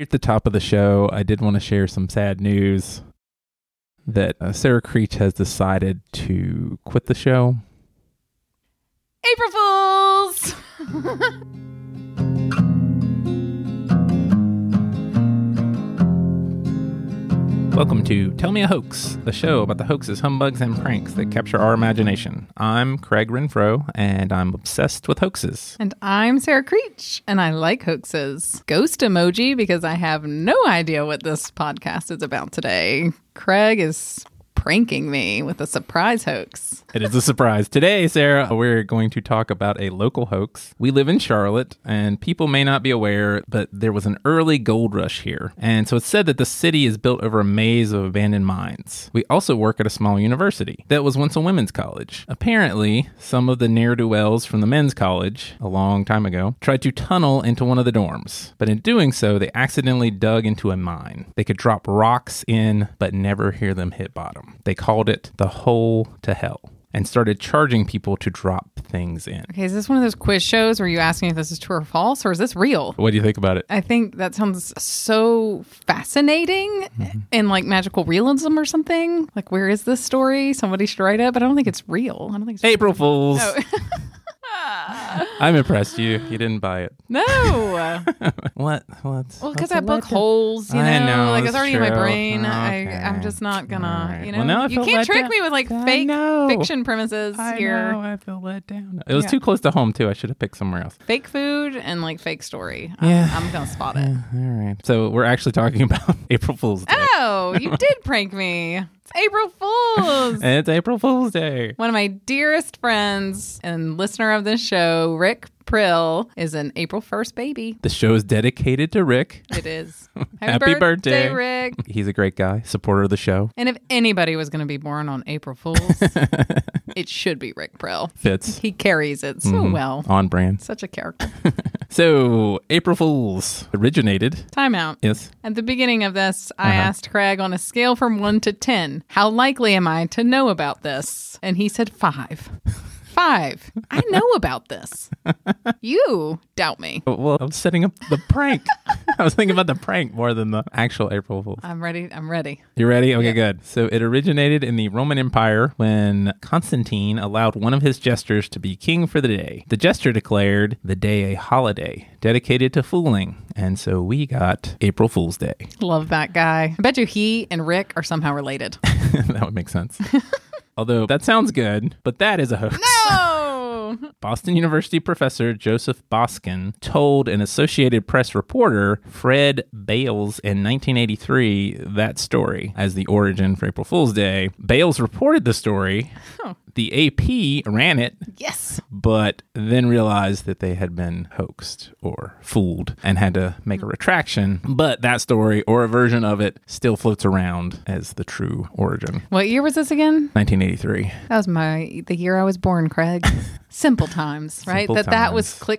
At the top of the show, I did want to share some sad news that uh, Sarah Creech has decided to quit the show. April Fools! Welcome to Tell Me a Hoax, the show about the hoaxes, humbugs, and pranks that capture our imagination. I'm Craig Renfro, and I'm obsessed with hoaxes. and I'm Sarah Creech, and I like hoaxes. Ghost emoji because I have no idea what this podcast is about today. Craig is pranking me with a surprise hoax. It is a surprise. Today, Sarah, we're going to talk about a local hoax. We live in Charlotte, and people may not be aware, but there was an early gold rush here. And so it's said that the city is built over a maze of abandoned mines. We also work at a small university that was once a women's college. Apparently, some of the ne'er do wells from the men's college, a long time ago, tried to tunnel into one of the dorms. But in doing so, they accidentally dug into a mine. They could drop rocks in, but never hear them hit bottom. They called it the hole to hell and started charging people to drop things in. Okay, is this one of those quiz shows where you ask me if this is true or false, or is this real? What do you think about it? I think that sounds so fascinating in like magical realism or something. Like, where is this story? Somebody should write it, but I don't think it's real. I don't think it's April Fools. Oh. I'm impressed you you didn't buy it. No. What? What? Well, That's because a I book legend. holes, you know, I know, like it's it's already in my true. Oh, brain. Okay. I, I'm just not gonna, Alright. you know, Well, now I you feel can't let trick down. me with like I fake know. fiction premises here. I feel let down. It was too close to home too. I should have picked somewhere else. Fake food and like fake story. I'm, Yeah. I'm gonna spot it. Yeah, all right. So we're actually talking about April Fool's Day, Oh, you did prank me. It's April Fools. and it's April Fool's Day. One of my dearest friends and listener of this show, Rick Prill, is an April 1st baby. The show is dedicated to Rick. It is. Happy birthday. Rick. He's a great guy, supporter of the show. And if anybody was going to be born on April Fools, it should be Rick Prill. Fits He carries it so well. on brand. Such a character. So April Fools originated. Timeout. Yes. At the beginning of this, I asked Craig on a scale from one to 10, how likely am I to know about this? And he said five. Five. I know about this. You doubt me. Well, I was setting up the prank. I was thinking about the prank more than the actual April Fool's. I'm ready. I'm ready. You ready? Okay, good. So it originated in the Roman Empire when Constantine allowed one of his jesters to be king for the day. The jester declared the day a holiday dedicated to fooling, and so we got April Fool's Day. Love that guy. I bet you he and Rick are somehow related. that would make sense. Although that sounds good, but that is a hoax. oh! Boston University professor Joseph Boskin told an Associated Press reporter, Fred Bales, in 1983 that story as the origin for April Fool's Day. Bales reported the story. The AP ran it, Yes. but then realized that they had been hoaxed or fooled and had to make a retraction. But that story or a version of it still floats around as the true origin. What year was this again? 1983. That was my the year I was born, Craig. Simple times, right? Simple that that was times.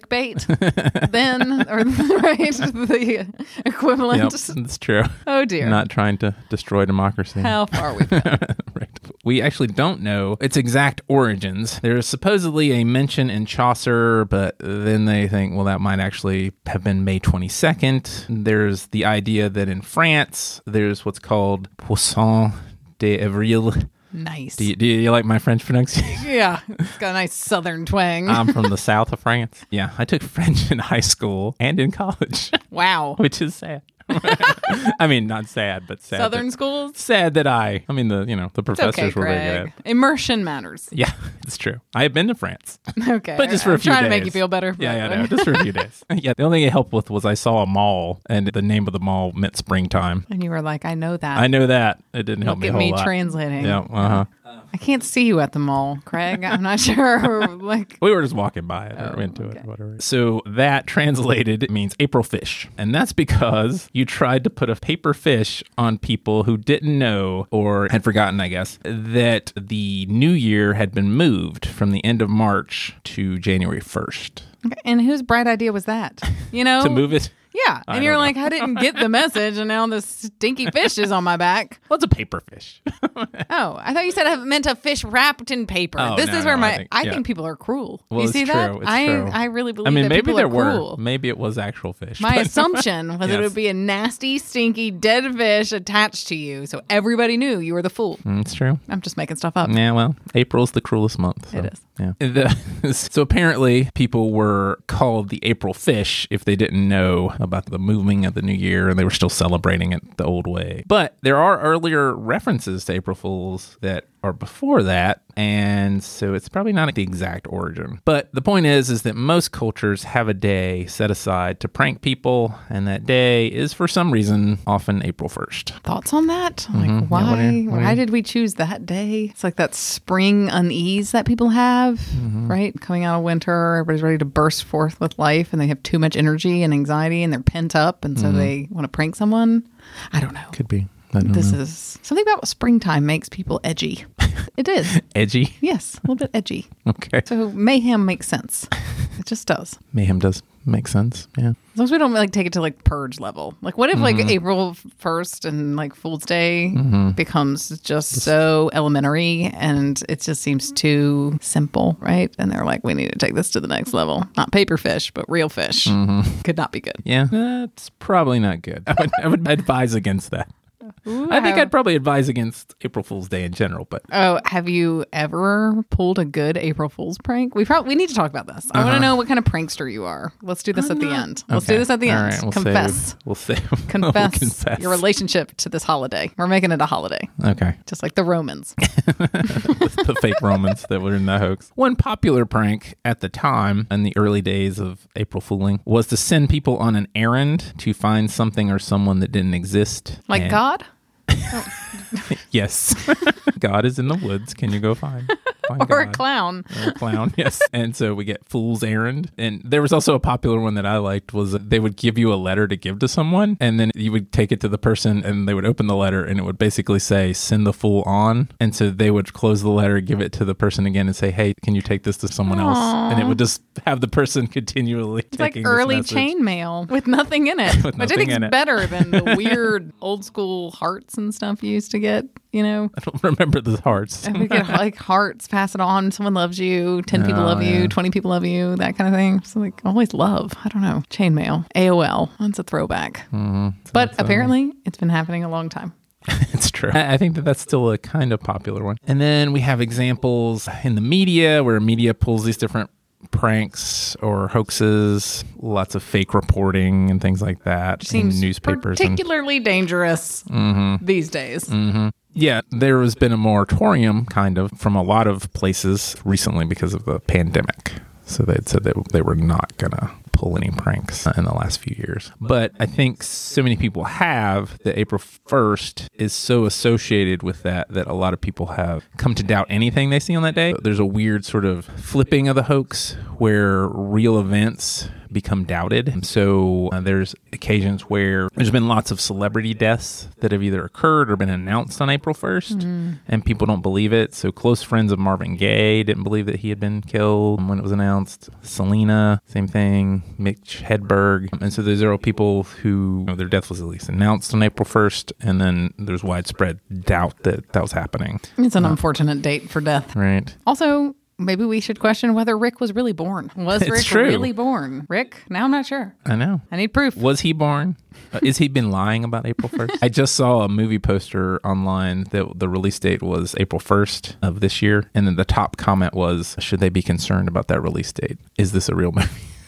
clickbait then, or right the Yep, equivalent. that's true. Oh dear, Not trying to destroy democracy. how far we've come. right. We actually don't know its exact origins. There is supposedly a mention in Chaucer, but then they think, well, that might actually have been May 22nd. There's the idea that in France, there's what's called Poisson d'Avril. Nice. Do you, do you like my French pronunciation? yeah, it's got a nice southern twang. I'm from the south of France. Yeah, I took French in high school and in college, wow, which is sad. I mean, not sad, but sad. that- southern schools. sad that I. I mean, the you know the It's professors okay, were really good. at Craig. it. Immersion matters. Yeah, it's true. I have been to France. Okay, but just for I'm a few trying days. to make you feel better. Yeah, yeah, but- no, just for a few days. Yeah, the only thing it helped with was I saw a mall, and the name of the mall meant springtime. And you were like, I know that. I know that it didn't help Ah. Look me a at whole me lot. translating. yeah, uh huh. I can't see you at the mall, Craig. I'm not sure. like, We were just walking by it or into it, whatever. So that translated means April fish, and that's because you tried to put a paper fish on people who didn't know or had forgotten, I guess, that the new year had been moved from the end of March to January first and whose bright idea was that? You know, to move it. Yeah. I And you're don't know. like, I didn't get the message, and now this stinky fish is on my back. What's a paper fish? Oh, I thought you said I meant a fish wrapped in paper. Oh, this no, is where no, my I I think- think, yeah. people are cruel. Well, you it's see that? true, it's I true. I really believe I mean, that maybe people there are were. cruel. Maybe it was actual fish. My but- assumption was it Yes. would be a nasty, stinky, dead fish attached to you, so everybody knew you were the fool. Mm, it's true. I'm just making stuff up. Yeah, well, April's the cruelest month. so, It is. Yeah. The- so apparently, people were called the April Fish if they didn't know about the moving of the new year and they were still celebrating it the old way. But there are earlier references to April Fools that are before that, and so it's probably not the exact origin. But the point is, is that most cultures have a day set aside to prank people, and that day is for some reason often April first. Thoughts on that? Like, why? Mm-hmm. what do you- what do why did we choose that day? It's like that spring unease that people have, Mm-hmm. right? Coming out of winter, everybody's ready to burst forth with life, and they have too much energy and anxiety, and they're pent up, and so Mm-hmm. they want to prank someone. I don't know. Could be. I don't This is something about springtime makes people edgy. it is. Edgy. Yes, a little bit edgy. Okay. So mayhem makes sense. It just does. Mayhem does make sense. Yeah. As long as we don't like take it to like purge level. Like what if Mm-hmm. like April first and like Fool's Day becomes just so elementary and it just seems too simple, right? And they're like, we need to take this to the next level. Not paper fish, but real fish. Mm-hmm. Could not be good. Yeah. That's probably not good. I would, I would advise against that. I think I'd probably advise against April Fool's Day in general, but Oh, have you ever pulled a good April Fool's prank? We probably we need to talk about this. I want to know what kind of prankster you are. Let's do this at the end. Let's Uh-huh. do Okay. this at the All end. right, we'll confess. Save, we'll save. we'll Confess, confess. your relationship to this holiday. We're making it a holiday, okay. just like the Romans. the fake Romans that were in that hoax. One popular prank at the time in the early days of April Fooling was to send people on an errand to find something or someone that didn't exist. Like And- God? Yes. God is in the woods. Can you go find? find or a God? clown. or a clown, yes. And so we get fool's errand. And there was also a popular one that I liked was that they would give you a letter to give to someone, and then you would take it to the person, and they would open the letter, and it would basically say "send the fool on." And so they would close the letter, give it to the person again, and say, "Hey, can you take this to someone else?" And it would just have the person continually It's like taking this early message. chainmail with nothing in it, With which I nothing think in is it. better than the weird old school hearts and stuff you used to get. You know, I don't remember the hearts. we get like hearts, pass it on. Someone loves you. Ten people Oh, love yeah. you. Twenty people love you. That kind of thing. So like always love. I don't know. Chainmail, AOL. That's a throwback. Mm-hmm. But apparently, it's been happening a long time. It's true. I I think that that's still a kind of popular one. And then we have examples in the media where media pulls these different pranks or hoaxes, lots of fake reporting and things like that in Seems newspapers. and- Mm-hmm. Mm. particularly dangerous these days. yeah, there has been a moratorium kind of from a lot of places recently because of the pandemic. So they said that they were not going to pull any pranks in the last few years. But I think so many people have that April 1st is so associated with that that a lot of people have come to doubt anything they see on that day. There's a weird sort of flipping of the hoax where real events become doubted. And so uh, there's occasions where there's been lots of celebrity deaths that have either occurred or been announced on April 1st, and people don't believe it. So close friends of Marvin Gaye didn't believe that he had been killed when it was announced. Selena, same thing. Mitch Hedberg. And so those are all people who you know, their death was at least announced on April 1st, and then there's widespread doubt that that was happening. It's an unfortunate date for death. Right. Also, maybe we should question whether Rick was really born. Was It's Rick true. really born? Rick? Now I'm not sure. I know. I need proof. Was he born? Uh, Is he been lying about April 1st? I just saw a movie poster online that the release date was April 1st of this year. And then the top comment was, should they be concerned about that release date? Is this a real movie?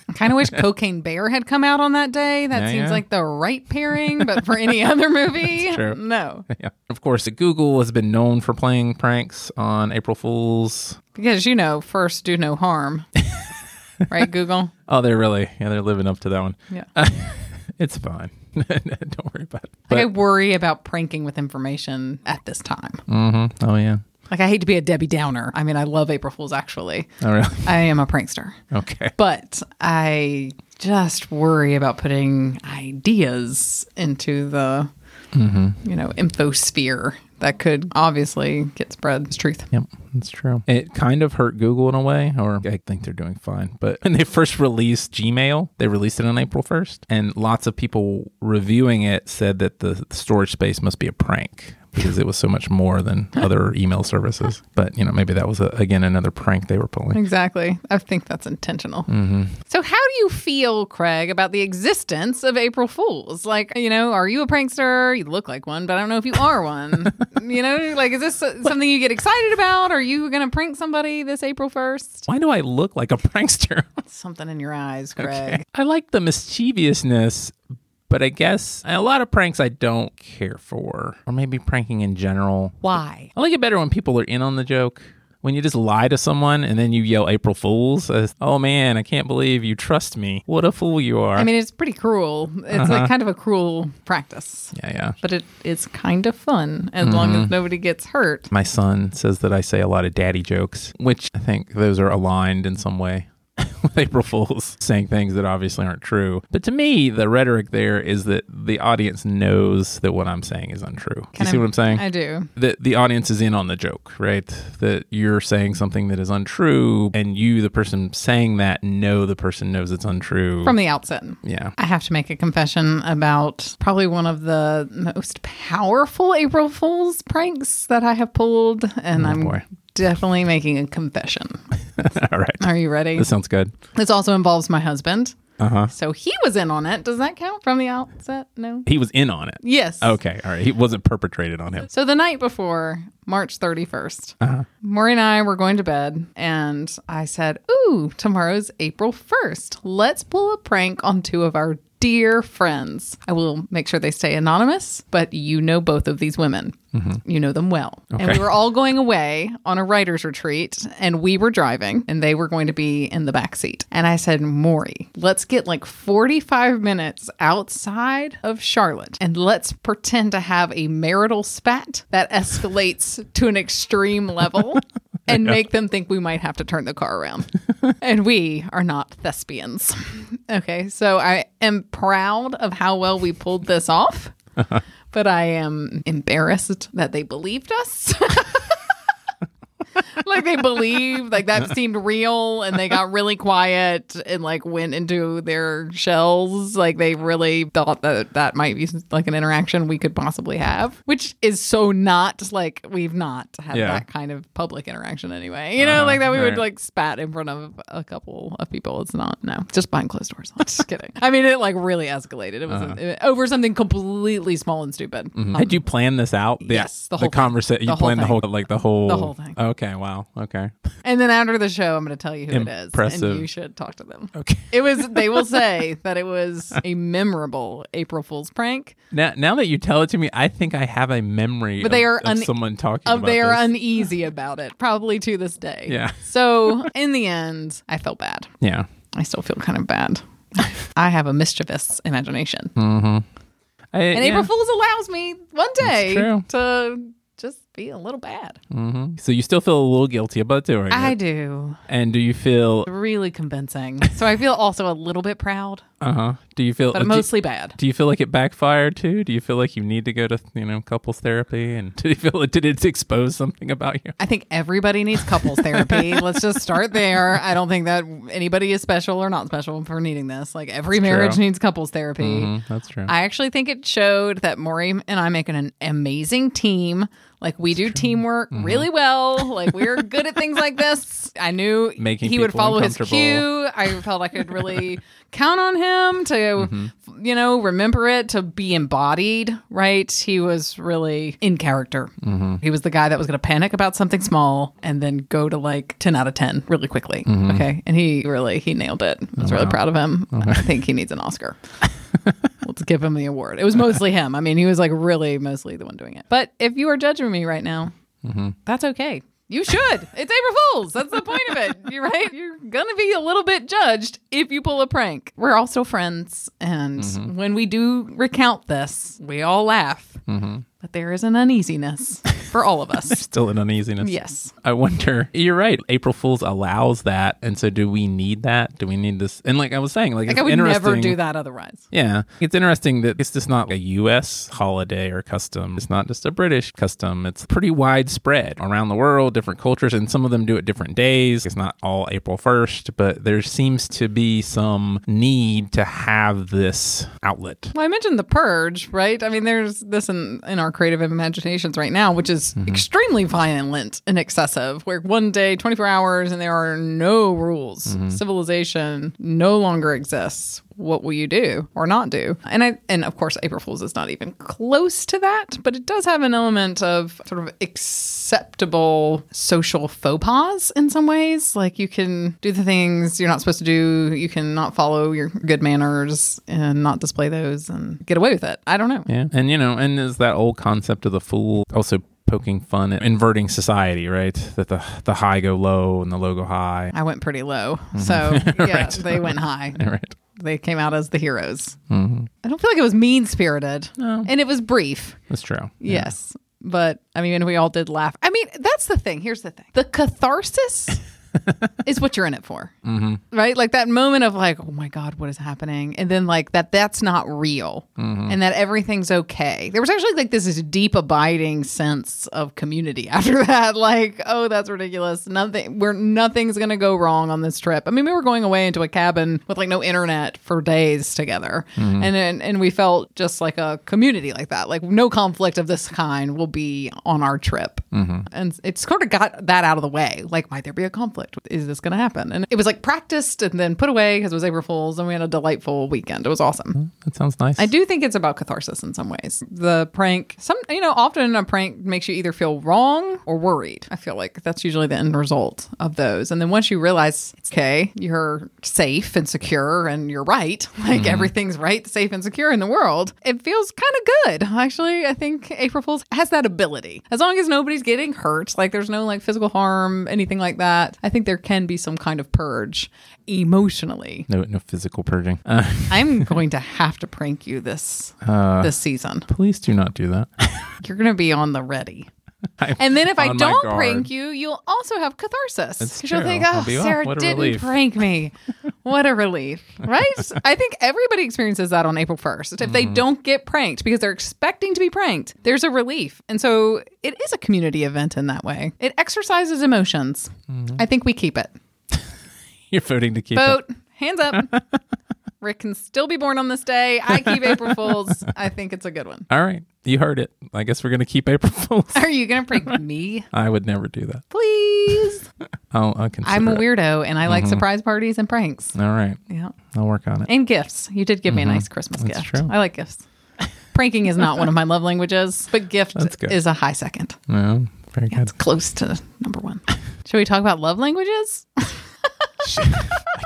I kind of wish Cocaine Bear had come out on that day. That Yeah, seems yeah. like the right pairing, but for any other movie, true. no. yeah. Of course, Google has been known for playing pranks on April Fools. Because, you know, first do no harm. right, Google? Oh, they're really, yeah, they're living up to that one. Yeah. It's fine. Don't worry about it. But, like, I worry about pranking with information at this time. Mhm. Oh, yeah. Like, I hate to be a Debbie Downer. I mean, I love April Fools, actually. Oh, really? I am a prankster. Okay. but I just worry about putting ideas into the you know, infosphere that could obviously get spread as truth. Yep, that's true. It kind of hurt Google in a way, or I think they're doing fine. But when they first released Gmail, they released it on April 1st, and lots of people reviewing it said that the storage space must be a prank because it was so much more than other email services. But, you know, maybe that was, a, again, another prank they were pulling. Exactly. I think that's intentional. So, how do you feel, Craig, about the existence of April Fools? Like, you know, are you a prankster? You look like one, but I don't know if you are one. you know, like, is this so- something you get excited about? Are you going to prank somebody this April 1st? Why do I look like a prankster? Something in your eyes, Craig. I like the mischievousness, but I guess a lot of pranks I don't care for, or maybe pranking in general. Why? I like it better when people are in on the joke. When you just lie to someone and then you yell April Fools, as, oh man, I can't believe you trust me. What a fool you are. I mean, it's pretty cruel. It's Uh-huh. like kind of a cruel practice, yeah, yeah. but it is kind of fun as long Mm-hmm. as nobody gets hurt. My son says that I say a lot of daddy jokes, which I think those are aligned in some way with April Fools saying things that obviously aren't true. But to me, the rhetoric there is that the audience knows that what I'm saying is untrue. Do you Kind see of- what I'm saying? I do. that the audience is in on the joke, right? That you're saying something that is untrue, and you, the person saying that, know the person knows it's untrue. From the outset. yeah. I have to make a confession about probably one of the most powerful April Fool's pranks that I have pulled, and I'm Oh, boy. definitely making a confession. All right. Are you ready? This Uh-huh. sounds good. This also involves my husband. Uh huh. So he was in on it. Does that count from the outset? No. He was in on it. Yes. Okay. All right. He wasn't perpetrated on him. So the night before March 31st, Maury and I were going to bed, and I said, Ooh, tomorrow's April 1st. Let's pull a prank on two of our dear friends. I will make sure they stay anonymous, but you know both of these women. You know them well. And Okay. we were all going away on a writer's retreat, and we were driving, and they were going to be in the back seat. And I said, Maury, let's get like 45 minutes outside of Charlotte, and let's pretend to have a marital spat that escalates to an extreme level. And make them think we might have to turn the car around. and we are not thespians. okay, so I am proud of how well we pulled this off but I am embarrassed that they believed us. like they believed, like that seemed real, and they got really quiet and like went into their shells. Like they really thought that that might be like an interaction we could possibly have, which is so not like we've not had Yeah. that kind of public interaction anyway. You know, Uh, like that we would right. like spat in front of a couple of people. It's not no, just behind closed doors. I'm just kidding. I mean, it like really escalated. It was Uh-huh. it- over something completely small and stupid. Um, Had you planned this out? The- yes, The, the whole thing. conversation. You The whole planned the thing. whole, like the whole. The whole thing. Okay. Wow. Okay. and then after the show, I'm going to tell you who it is, Impressive. and you should talk to them. Okay. It was. They will say that it was a memorable April Fool's prank. Now, now that you tell it to me, I think I have a memory. But of, they are of un- someone talking Of about Uh, they are this. uneasy about it, probably to this day. Yeah. So in the end, I felt bad. yeah. I still feel kind of bad. I have a mischievous imagination. I- And yeah. April Fool's allows me one day true. to just be a little bad. Mm-hmm. So you still feel a little guilty about doing it. I do. And do you feel Really convincing. So I feel also a little bit proud, uh huh? Do you feel but do, mostly bad. do you feel like it backfired too? Do you feel like you need to go to you know couples therapy? And do you feel did it expose something about you? I think everybody needs couples therapy. Let's just start there. I don't think that anybody is special or not special for needing this. Like every marriage true. needs couples therapy. Mm, that's true. I actually think it showed that Maury and I make an amazing team. Like we do teamwork Mm-hmm. really well. Like we're good at things like this. I knew Making he would people follow his uncomfortable. cue. I felt I could really count on him to, Mm-hmm. you know, remember it to be embodied. Right? He was really in character. Mm-hmm. He was the guy that was going to panic about something small and then go to like ten out of ten really quickly. Mm-hmm. Okay, and he really he nailed it. I was really proud of him. I think he needs an Oscar. Let's give him the award. It was mostly him. I mean, he was like really mostly the one doing it. But if you are judging me right now, that's okay. You should. It's April Fools. That's the point of it. You're right. You're going to be a little bit judged if you pull a prank. Mm-hmm. We're Mm-hmm. all still friends. And when we do recount this, we all laugh. but there is an uneasiness for all of us. Still an uneasiness. yes. I wonder. You're right. April Fools allows that, and so do we need that? Do we need this? And like I was saying, like, Like it's I would interesting. never do that otherwise. Yeah, it's interesting that it's just not a U.S. holiday or custom. It's not just a British custom. It's pretty widespread around the world, different cultures, and some of them do it different days. It's not all April 1st, but there seems to be some need to have this outlet. Well, I mentioned the purge, right? I mean, there's this in, in our creative imaginations right now, which is extremely violent and excessive, where one day, 24 hours, and there are no rules. Civilization no longer exists. What will you do or not do? And I and of course April Fools is not even close to that, but it does have an element of sort of acceptable social faux pas in some ways. Like you can do the things you're not supposed to do, you can not follow your good manners and not display those and get away with it. I don't know. Yeah. And, you know, and there's that old concept of the fool also poking fun at inverting society, right? That the, the high go low and the low go high. I went pretty low. So, yeah, Right. they went high. Right. They came out as the heroes. I don't feel like it was mean spirited. And it was brief. That's true. Yes. But I mean, we all did laugh. I mean, that's the thing. Here's the thing the catharsis is what you're in it for. Mm-hmm. Right? Like that moment of like, oh my God, what is happening? And then like that that's not real and that everything's okay. There was actually like this deep abiding sense of community after that. Like, oh, that's ridiculous. Nothing, we're, nothing's going to go wrong on this trip. I mean, we were going away into a cabin with like no internet for days together. And, and, and we felt just like a community like that. Like no conflict of this kind will be on our trip. And it's sort of got that out of the way. Like, might there be a conflict? Is this going to happen? And it was like practiced and then put away because it was April Fool's and we had a delightful weekend. It was awesome. That sounds nice. I do think it's about catharsis in some ways. The prank, some you know, often a prank makes you either feel wrong or worried. I feel like that's usually the end result of those. And then once you realize, it's okay, you're safe and secure, and you're right, like everything's right, safe and secure in the world, it feels kind of good. Actually, I think April Fools has that ability. As long as nobody's getting hurt, like there's no like physical harm, anything like that. I think there can be some kind of purge emotionally. No, no physical purging. Uh, I'm going to have to prank you this this season. please do not do that. You're going to be on the ready. I'm And then if I on my don't guard. prank you, you'll also have catharsis. It's 'Cause you'll true. think, I'll oh, be, "Oh, Sarah what a didn't relief." prank me. What a relief, right? I think everybody experiences that on April 1st. If they Mm-hmm. don't get pranked because they're expecting to be pranked, there's a relief. And so it is a community event in that way. It exercises emotions. Mm-hmm. I think we keep it. You're voting to keep it. Vote, hands up. Rick can still be born on this day. I keep April Fools. I think it's a good one. All right. You heard it. I guess we're going to keep April Fools. Are you going to prank me? I would never do that. Please. I'll, I'll consider I'm a it. weirdo and I like Mm-hmm. surprise parties and pranks. All right. Yeah. I'll work on it. And gifts. You did give me a nice Christmas Mm-hmm. That's gift. true. I like gifts. Pranking is not one of my love languages, but gift That's good. is a high second. No, very good. It's close to number one. Should we talk about love languages? I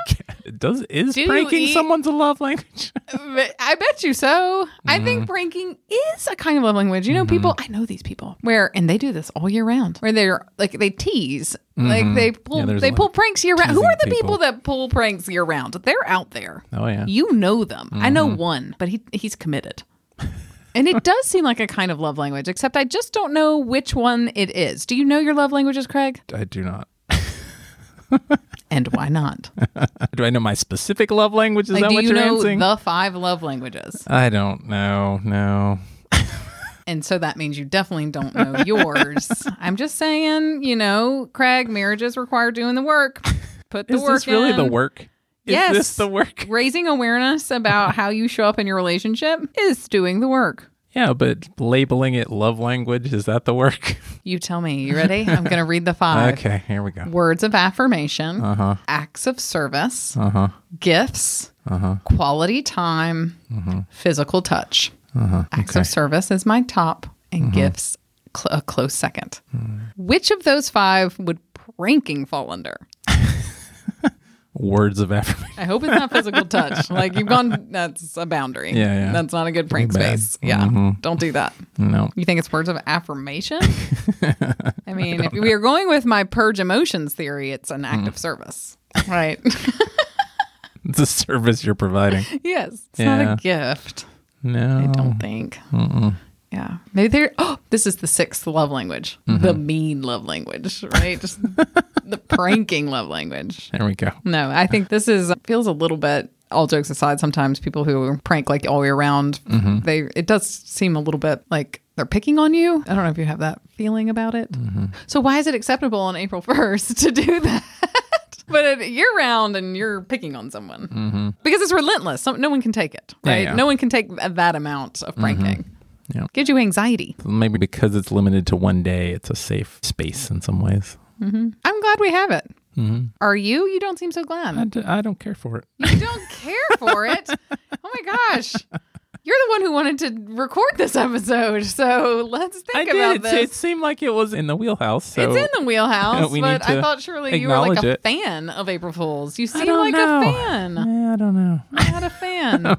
can't- Does is Do you pranking eat- someone's a love language? But I bet you so. I Mm-hmm. think pranking is a kind of love language. You know, people, I know these people where, and they do this all year round, where they're like, they tease, like they Mm-hmm. pull, Yeah, there's they a pull lot of pranks year round. Who are the teasing people. people that pull pranks year round? They're out there. Oh yeah. You know them. I know Mm-hmm. one, but he he's committed. And it does seem like a kind of love language, except I just don't know which one it is. Do you know your love languages, Craig? I do not. And why not? Do I know my specific love language? Is Like, that do what you you're know answering? the five love languages? I don't know. No. And so that means you definitely don't know yours. I'm just saying, you know, Craig, marriages require doing the work. Put the Is work. this really the in. work? Is Yes. this the work? Raising awareness about how you show up in your relationship is doing the work. Yeah, but labeling it love language is that the work? You tell me. You ready? I'm going to read the five. okay, here we go. words of affirmation, Uh-huh. acts of service, Uh huh. gifts, Uh-huh. quality time, Mm-hmm. physical touch. Uh-huh. Acts of service is my top, and Mm-hmm. gifts cl- a close 2nd Mm. Which of those five would pranking fall under? Words of affirmation. I hope it's not physical touch. Like you've gone, that's a boundary. Yeah, yeah. Mm-hmm. That's not a good prank bad. space. Yeah, don't do that. No. You think it's words of affirmation? I mean, if we are going with my purge emotions theory, it's an Mm. act of service, right? It's a service you're providing. yes, it's Yeah. not a gift. No. I don't think. Yeah. Maybe they're, oh, this is the sixth love language, the mean love language, right? Just the pranking love language. There we go. No, I think this is, feels a little bit, all jokes aside, sometimes people who prank like all year round, Mm-hmm. they, it does seem a little bit like they're picking on you. I don't know if you have that feeling about it. Mm-hmm. So why is it acceptable on April 1st to do that? But it- you're round and you're picking on someone because it's relentless. Some, no one can take it, Mm-hmm. Yeah, right? yeah. Mm-hmm. No one can take that amount of pranking. Yeah. Gives you anxiety. Maybe because it's limited to one day, it's a safe space in some ways. I'm glad we have it. Mm-hmm. Are you? You don't seem so glad. I, d- I don't care for it. you don't care for it. Oh my gosh. You're the one who wanted to record this episode. So let's think I about did. It, this. it seemed like it was in the wheelhouse. So it's in the wheelhouse, we need but I to thought surely you were like a acknowledge it. fan of April Fools. You I seem don't like know. a fan. Yeah, I don't know. Not a fan.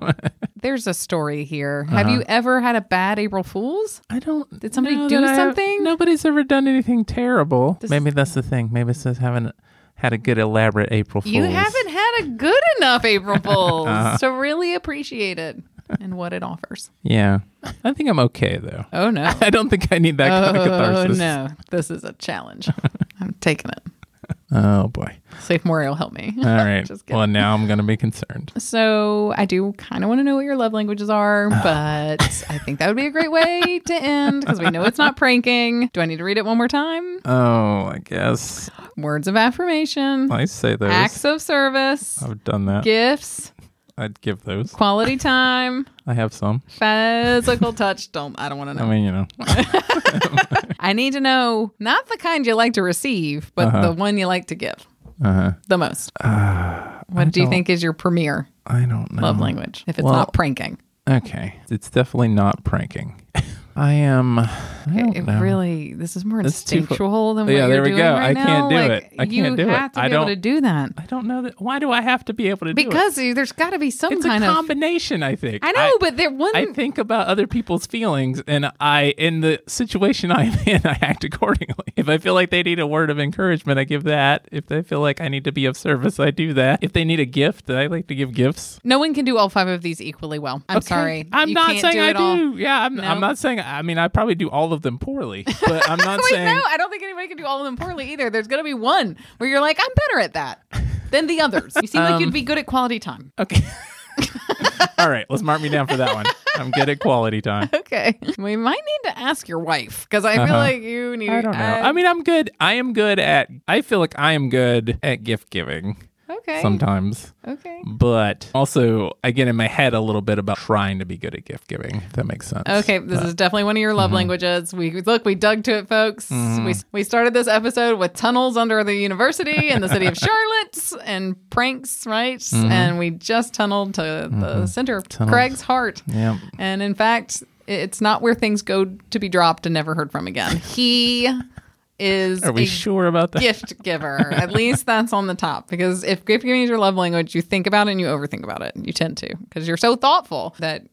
There's a story here. Uh-huh. Have you ever had a bad April Fools? I don't. Did somebody do something? nobody's ever done anything terrible. This- Maybe that's the thing. Maybe it's just haven't had a good elaborate April Fool's. Uh-huh. You haven't had a good enough April Fools to really appreciate it and what it offers. Yeah, I think I'm okay though. Oh no. I don't think I need that kind of Oh catharsis. no, this is a challenge. I'm taking it. Oh boy. Safe Mori will help me. All right. Just kidding. well, now I'm gonna be concerned. So I do kind of want to know what your love languages are, but I think that would be a great way to end because we know it's not pranking. Do I need to read it one more time? Oh, I guess Words of affirmation, I say those. Uh. acts of service, I've done that. gifts, I'd give those. quality time, I have some. physical touch. Don't I don't want to I know. mean, you know. I need to know not the kind you like to receive, but the one you like to give Uh-huh. the most. what do Uh, you don't- think is your premier I don't know. love language if it's Well- not pranking? Okay. It's definitely not pranking. I am. I don't It know. really, this is more Oh, That's too instinctual than what Yeah, you're there we doing go. right I now. can't do Like, it. I can't you do it. have to I be able don't- to do that I don't know that. Why do I have to be able to do it? because there's got to be some it's kind a of. combination. I think. I know, but there one. I think about other people's feelings, and I, in the situation I'm in, I act accordingly. If I feel like they need a word of encouragement, I give that. If they feel like I need to be of service, I do that. If they need a gift, I like to give gifts. no one can do all five of these equally well. I'm sorry. I'm You not can't saying do I it all. do. Yeah, I'm, No. I'm not saying. I mean, I probably do all of them poorly, but I'm not Oh, Wait, saying. no, I don't think anybody can do all of them poorly either. There's going to be one where you're like, I'm better at that than the others. You seem like you'd Um, be good at quality time. Okay. all right, let's mark me down for that one. I'm good at quality time. Okay. We might need to ask your wife because I feel like you need. Uh-huh. I don't know. Uh, I mean, I'm good. I am good at. I feel like I am good at gift giving okay. sometimes. Okay. but also I get in my head a little bit about trying to be good at gift giving. If that makes sense. Okay, this is definitely one of your Mm-hmm. love languages. We look, we dug to it, folks. We we started this episode with tunnels under the university and the city of Charlotte and pranks, right? Mm-hmm. And we just tunneled to the center of Craig's heart. Yeah. And in fact, it's not where things go to be dropped and never heard from again. He is Are we a sure about that? gift giver. At least that's on the top because if gift giving is your love language, you think about it and you overthink about it. You tend to because you're so thoughtful that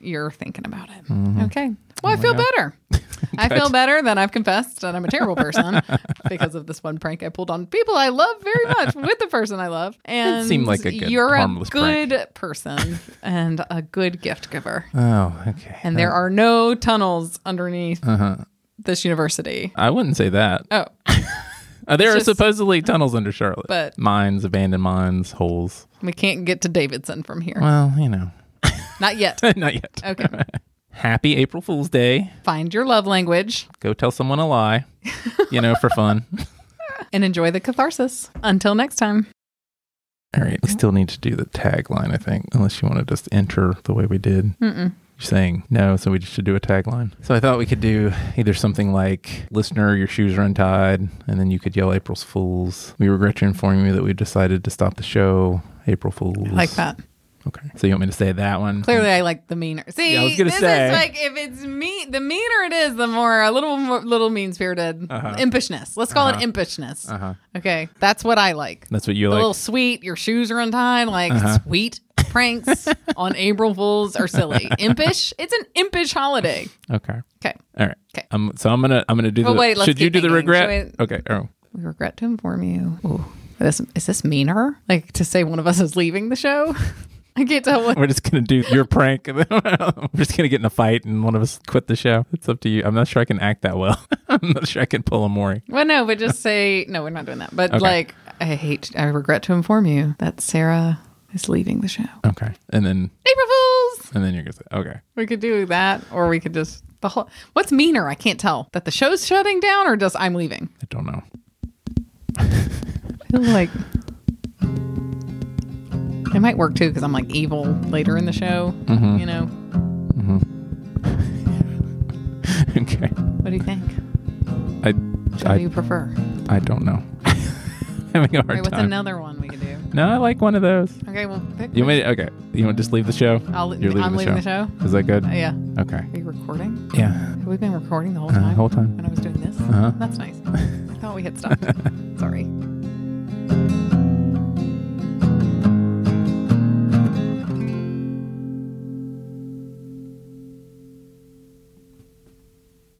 you're thinking about it. Mm-hmm. Okay. Well, Oh, I feel better. I feel better that I've confessed that I'm a terrible person because of this one prank I pulled on people I love very much with the person I love. And seemed like a good, you're a harmless good prank. person and a good gift giver. Oh, okay. And there are no tunnels underneath Uh-huh. this university. I wouldn't say that. Oh, Uh, there are just- supposedly tunnels under Charlotte, But- mines, abandoned mines, holes. we can't get to Davidson from here. Well, you know, Not yet. not yet. Okay. Happy April Fool's Day. Find your love language Go tell someone a lie. You know, for fun. and enjoy the catharsis. Until next time. All right. We still need to do the tagline, I think, unless you want to just enter the way we did. Mm-mm. You're saying no, so we just should do a tagline. So I thought we could do either something like "Listener, your shoes are untied," and then you could yell "April's fools." We regret to inform you that we've decided to stop the show. April fools. I like that. Okay. So you want me to say that one? Clearly, I like the meaner. See, Yeah, I was gonna this say. is like if it's me, the meaner it is, the more a little more, little mean spirited Uh-huh. impishness. Let's call it impishness. Uh huh. Okay, that's what I like. That's what you A like. Uh-huh. little sweet. Your shoes are untied. Like sweet pranks on April Fools are silly. Impish. It's an impish holiday. Okay. Okay. All right. 'Kay. Um, so I'm gonna I'm gonna do Well, the. wait, let's should you keep do the thinking. regret? Should Okay. Oh. We regret to inform you. Ooh, this, is this meaner? Like to say one of us is leaving the show? I can't tell what. We're just gonna do your prank. We're just gonna get in a fight, and one of us quit the show. It's up to you. I'm not sure I can act that well. I'm not sure I can pull a Maury. Well, no, but just say no. We're not doing that. But Okay. like, I hate. I regret to inform you that Sarah is leaving the show. Okay, and then April Fools. and then you're gonna say, okay, We could do that, or we could just the whole. What's meaner? I can't tell that the show's shutting down, or just I'm leaving. I don't know. I feel like it might work too because I'm like evil later in the show. Mm-hmm. You know. okay, What do you think? Mm-hmm. I What do I, you prefer? I don't know. Having a hard Wait, what's time. another one we could do? No, I like one of those. Okay, well, pick. You want me to, okay? You want to just leave the show? I'll- I'm leaving the show. Is that good? Uh, yeah. Okay. Are you recording? Yeah. Have we been recording the whole Uh, time? whole time. When I was doing this? Uh-huh. That's nice. I thought we had stopped. Sorry.